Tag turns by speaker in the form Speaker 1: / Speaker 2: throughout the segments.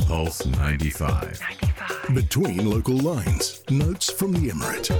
Speaker 1: Pulse 95.
Speaker 2: Between local lines, notes from the Emirate.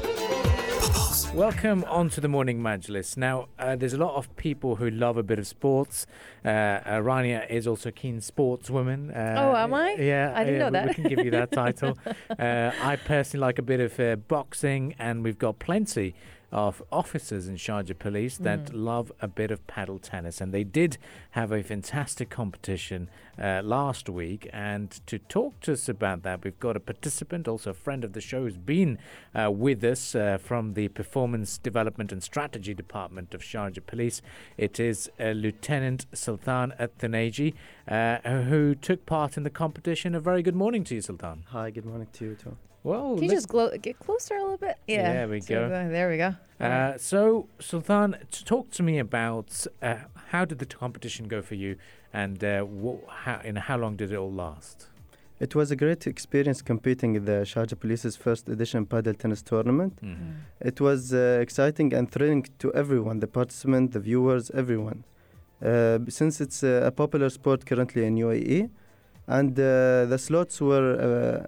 Speaker 3: Welcome on to the Morning Majlis. Now, uh, there's a lot of people who love a bit of sports. Uh, uh, Rania is also a keen sportswoman. Uh,
Speaker 4: Oh, am I?
Speaker 3: Yeah.
Speaker 4: I didn't
Speaker 3: yeah,
Speaker 4: know
Speaker 3: we-
Speaker 4: that.
Speaker 3: We can give you that title. uh, I personally like a bit of uh, boxing, and we've got plenty of officers in Sharjah Police that
Speaker 4: Hmm.
Speaker 3: love a bit of paddle tennis. And they did have a fantastic competition uh, last week. And to talk to us about that, we've got a participant, also a friend of the show, who's been uh, with us uh, from the Performance Development and Strategy Department of Sharjah Police. It is uh, Lieutenant Sultan Athaneji, uh, who took part in the competition. A very good morning to you, Sultan.
Speaker 5: Hi, good morning to you too.
Speaker 3: Well,
Speaker 4: Can you just glo- get closer a little bit? Yeah.
Speaker 3: There we
Speaker 4: So,
Speaker 3: go.
Speaker 4: uh, there we go.
Speaker 3: Uh, so, Sultan, t- talk to me about uh, how did the competition go for you, and uh, what, how, and how long did it all last?
Speaker 5: It was a great experience competing in the Sharjah Police's first edition paddle tennis tournament.
Speaker 4: Mm-hmm.
Speaker 5: It was uh, exciting and thrilling to everyone, the participants, the viewers, everyone. Uh, b- since it's uh, a popular sport currently in UAE, and uh, the slots were uh,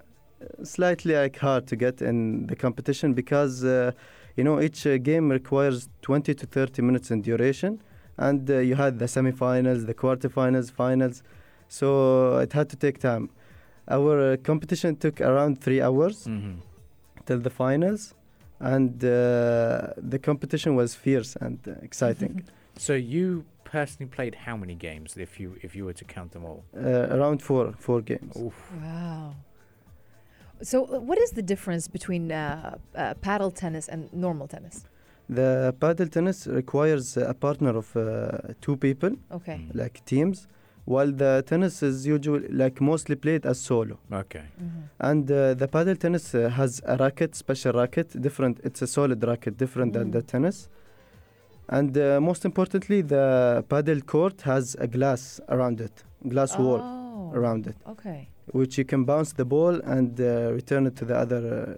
Speaker 5: slightly like hard to get in the competition because uh, you know each uh, game requires 20 to 30 minutes in duration, and uh, you had the semifinals, the quarterfinals, finals, so it had to take time. Our uh, competition took around three hours
Speaker 3: Mm-hmm.
Speaker 5: till the finals and uh, the competition was fierce and uh, exciting
Speaker 4: Mm-hmm.
Speaker 3: So, you personally played how many games, if you if you were to count them all?
Speaker 5: uh, around four four games
Speaker 4: Wow. So, uh, what is the difference between uh, uh, paddle tennis and normal tennis?
Speaker 5: the paddle tennis requires a partner of uh, two people
Speaker 4: Okay.
Speaker 3: Mm.
Speaker 5: like teams while the tennis is usually like mostly played as solo
Speaker 3: Okay.
Speaker 4: Mhm.
Speaker 5: and uh, the paddle tennis uh, has a racket special racket different it's a solid racket different than the
Speaker 4: Mm.
Speaker 5: tennis and uh, most importantly the paddle court has a glass around it glass wall
Speaker 4: Oh.
Speaker 5: around it
Speaker 4: Okay.
Speaker 5: which you can bounce the ball and uh, return it to the other uh,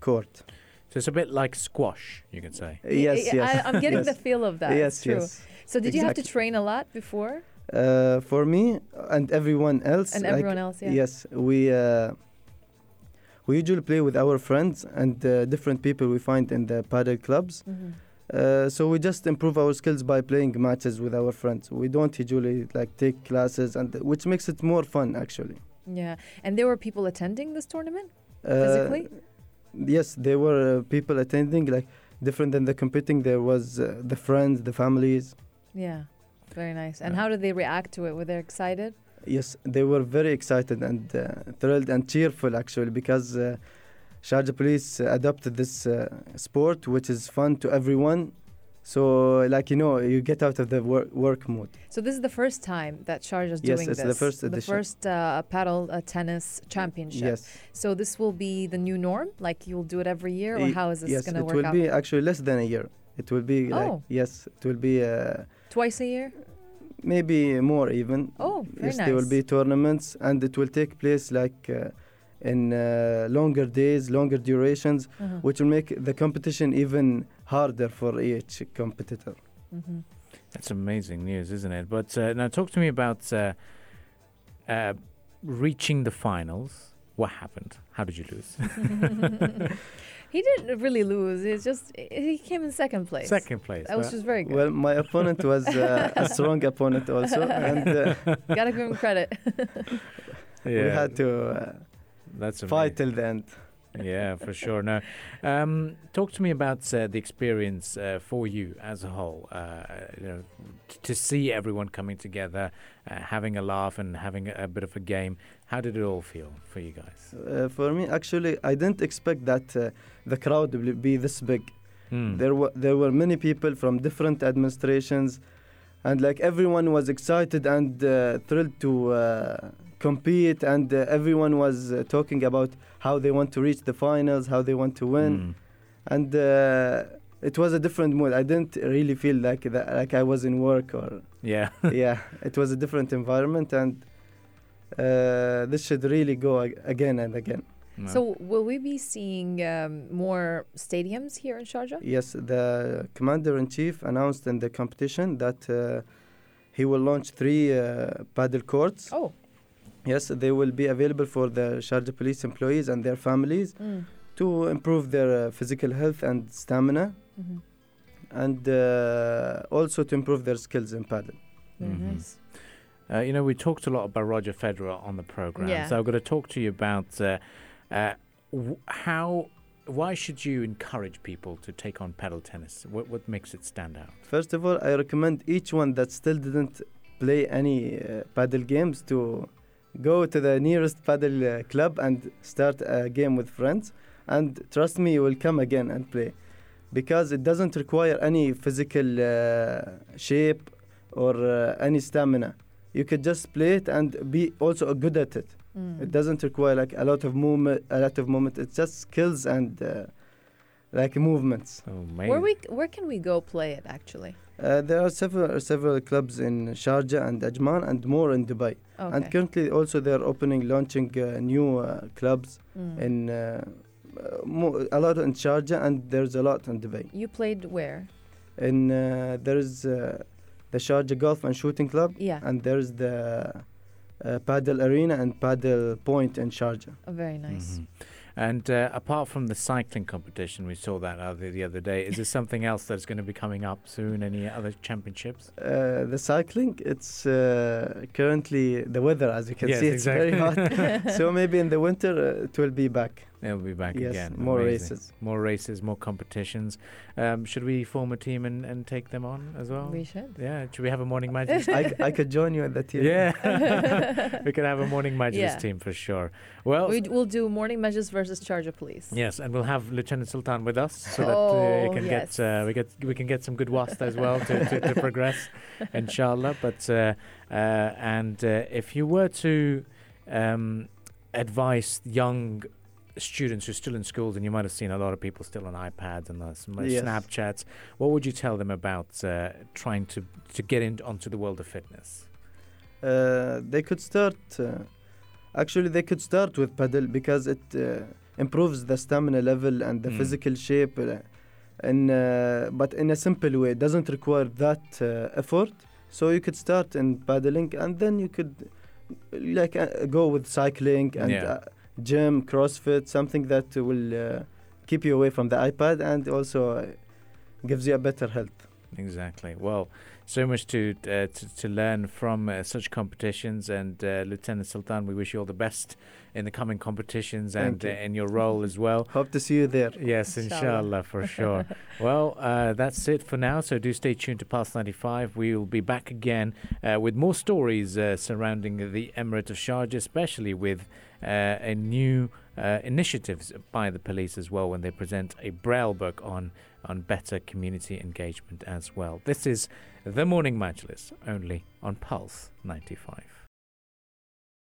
Speaker 5: court.
Speaker 3: So it's a bit like squash, you can say.
Speaker 5: Uh, Yes,
Speaker 4: I- I-
Speaker 5: yes.
Speaker 4: I, am getting
Speaker 5: yes.
Speaker 4: the feel of that.
Speaker 5: Yes,
Speaker 4: it's true.
Speaker 5: yes.
Speaker 4: So, did you have to
Speaker 5: Exactly.
Speaker 4: train a lot before?
Speaker 5: Uh, for me and everyone else.
Speaker 4: And
Speaker 5: like,
Speaker 4: everyone else, yeah.
Speaker 5: Yes, we uh, we usually play with our friends and uh, different people we find in the paddle clubs.
Speaker 4: Mhm.
Speaker 5: Uh, so we just improve our skills by playing matches with our friends. We don't usually like take classes, and which makes it more fun actually.
Speaker 4: Yeah. And there were people attending this tournament
Speaker 5: Uh,
Speaker 4: physically?
Speaker 5: yes there were uh, people attending like different than the competing there was uh, the friends the families
Speaker 4: yeah. Very nice. And
Speaker 5: uh,
Speaker 3: Yeah.
Speaker 4: how did they react to it? Were they excited?
Speaker 5: yes they were very excited and uh, thrilled and cheerful actually because uh, sharjah police uh, adopted this uh, sport which is fun to everyone so like you know you get out of the work, work mood
Speaker 4: So this is the first time that Sharjah is
Speaker 5: Yes,
Speaker 4: doing
Speaker 5: it's
Speaker 4: this.
Speaker 5: the first edition.
Speaker 4: The first uh, paddle uh, tennis championship.
Speaker 5: yes
Speaker 4: So this will be the new norm. Like you'll do it every year, or
Speaker 5: Y-
Speaker 4: how is this
Speaker 5: yes
Speaker 4: going
Speaker 5: it
Speaker 4: to work
Speaker 5: will
Speaker 4: out?
Speaker 5: be actually less than a year it will be like
Speaker 4: Oh.
Speaker 5: yes it will be uh,
Speaker 4: Twice a year.
Speaker 5: maybe more even
Speaker 4: Oh, very
Speaker 5: yes, there will
Speaker 4: nice.
Speaker 5: be tournaments, and it will take place like uh, in uh, longer days, longer durations,
Speaker 4: Uh-huh.
Speaker 5: which will make the competition even harder for each competitor.
Speaker 4: hmm
Speaker 3: That's amazing news, isn't it? But uh, now talk to me about uh, uh, reaching the finals. What happened? How did you lose?
Speaker 4: Mm-hmm. He didn't really lose. It's just he came in second place.
Speaker 3: Second place.
Speaker 4: That was
Speaker 3: Uh,
Speaker 4: just very good.
Speaker 5: Well, my opponent was uh, a strong opponent also, and uh,
Speaker 4: Gotta give him credit.
Speaker 5: we
Speaker 3: yeah,
Speaker 5: had to uh,
Speaker 3: that's amazing.
Speaker 5: fight till the end.
Speaker 3: yeah, for sure. No, um, talk to me about uh, the experience uh, for you as a whole. Uh, you know, t- to see everyone coming together, uh, having a laugh, and having a, a bit of a game. How did it all feel for you guys?
Speaker 5: Uh, for me, actually, I didn't expect that uh, the crowd will be this big.
Speaker 3: Mm.
Speaker 5: There were there were many people from different administrations, and like everyone was excited and uh, thrilled to uh, compete, and uh, everyone was uh, talking about how they want to reach the finals, how they want to win,
Speaker 3: Mm.
Speaker 5: and uh, it was a different mood. I didn't really feel like that, like I was in work or
Speaker 3: Yeah.
Speaker 5: yeah, it was a different environment, and uh, this should really go ag- again and again.
Speaker 3: No.
Speaker 4: So will we be seeing um, more stadiums here in Sharjah?
Speaker 5: Yes, the commander in chief announced in the competition that uh, he will launch three uh, paddle courts
Speaker 4: Oh,
Speaker 5: Yes, they will be available for the Sharjah police employees and their families
Speaker 4: Mm.
Speaker 5: to improve their uh, physical health and stamina,
Speaker 4: Mhm.
Speaker 5: and uh, also to improve their skills in paddle.
Speaker 4: Very
Speaker 3: Mhm.
Speaker 4: nice.
Speaker 3: Uh, you know, we talked a lot about Roger Federer on the program,
Speaker 4: Yeah.
Speaker 3: so I've got to talk to you about uh, uh, w- how, why should you encourage people to take on paddle tennis? What what makes it stand out?
Speaker 5: First of all, I recommend each one that still didn't play any uh, paddle games to go to the nearest paddle uh, club and start a game with friends. And trust me, you will come again and play because it doesn't require any physical uh, shape or uh, any stamina. You could just play it and be also good at it.
Speaker 4: Mm.
Speaker 5: It doesn't require like a lot of movement. A lot of movement. It's just skills and uh, like movements.
Speaker 3: Oh,
Speaker 4: Where we c- where can we go play it actually?
Speaker 5: Uh, there are several several clubs in Sharjah and Ajman and more in Dubai.
Speaker 4: Okay.
Speaker 5: And currently, also they are opening, launching uh, new uh, clubs
Speaker 4: Mm.
Speaker 5: in uh, uh, mo- a lot in Sharjah and there's a lot in Dubai.
Speaker 4: you played where?
Speaker 5: In uh, there is uh, the Sharjah Golf and Shooting Club,
Speaker 4: Yeah.
Speaker 5: and there's the uh, Paddle Arena and Paddle Point in Sharjah.
Speaker 4: Oh, very nice.
Speaker 3: Mhm. And uh, apart from the cycling competition, we saw that other, the other day. Is there something else that's going to be coming up soon? Any other championships?
Speaker 5: Uh, the cycling, it's uh, currently the weather, as you can
Speaker 3: Yes,
Speaker 5: see, it's very
Speaker 3: exactly.
Speaker 5: hot. so maybe in the winter uh, it will be back.
Speaker 3: They'll be back
Speaker 5: yes,
Speaker 3: again.
Speaker 5: more
Speaker 3: Amazing.
Speaker 5: races.
Speaker 3: More races, more competitions. Um, should we form a team and, and take them on as well?
Speaker 4: We should.
Speaker 3: yeah. Should we have a morning magic?
Speaker 5: I, c- I could join you at the team.
Speaker 3: Yeah, we could have a morning majlis
Speaker 4: Yeah.
Speaker 3: team for sure. Well,
Speaker 4: We d- we'll do morning measures versus Charger Police.
Speaker 3: yes, and we'll have Lieutenant Sultan with us so that uh,
Speaker 4: Oh,
Speaker 3: we can
Speaker 4: yes.
Speaker 3: get uh, we get we can get some good wasta as well to, to, to progress, inshallah. But uh, uh, and uh, if you were to um, advise young students who are still in schools, and you might have seen a lot of people still on iPads and uh, sm-
Speaker 5: Yes.
Speaker 3: Snapchats, what would you tell them about uh, trying to to get in, onto the world of fitness?
Speaker 5: Uh, they could start. Uh, actually, they could start with paddle because it uh, improves the stamina level and the
Speaker 3: Mm.
Speaker 5: physical shape. Uh, in, uh, but in a simple way, it doesn't require that uh, effort. So you could start in paddling, and then you could like uh, go with cycling and
Speaker 3: Yeah.
Speaker 5: uh, gym, CrossFit, something that will uh, keep you away from the iPad and also uh, gives you a better health.
Speaker 3: Exactly. Well, so much to uh, to, to learn from uh, such competitions, and uh, Lieutenant Sultan, we wish you all the best in the coming competitions and
Speaker 5: Thank
Speaker 3: uh,
Speaker 5: you.
Speaker 3: in your role as well.
Speaker 5: Hope to see you there.
Speaker 3: Yes,
Speaker 4: Inshallah.
Speaker 3: inshallah, for sure. well, uh, that's it for now. So do stay tuned to Pulse 95. We will be back again uh, with more stories uh, surrounding the Emirate of Sharjah, especially with uh, a new uh, initiatives by the police as well when they present a braille book on on better community engagement as well. This is the Morning Majlis, only on Pulse 95.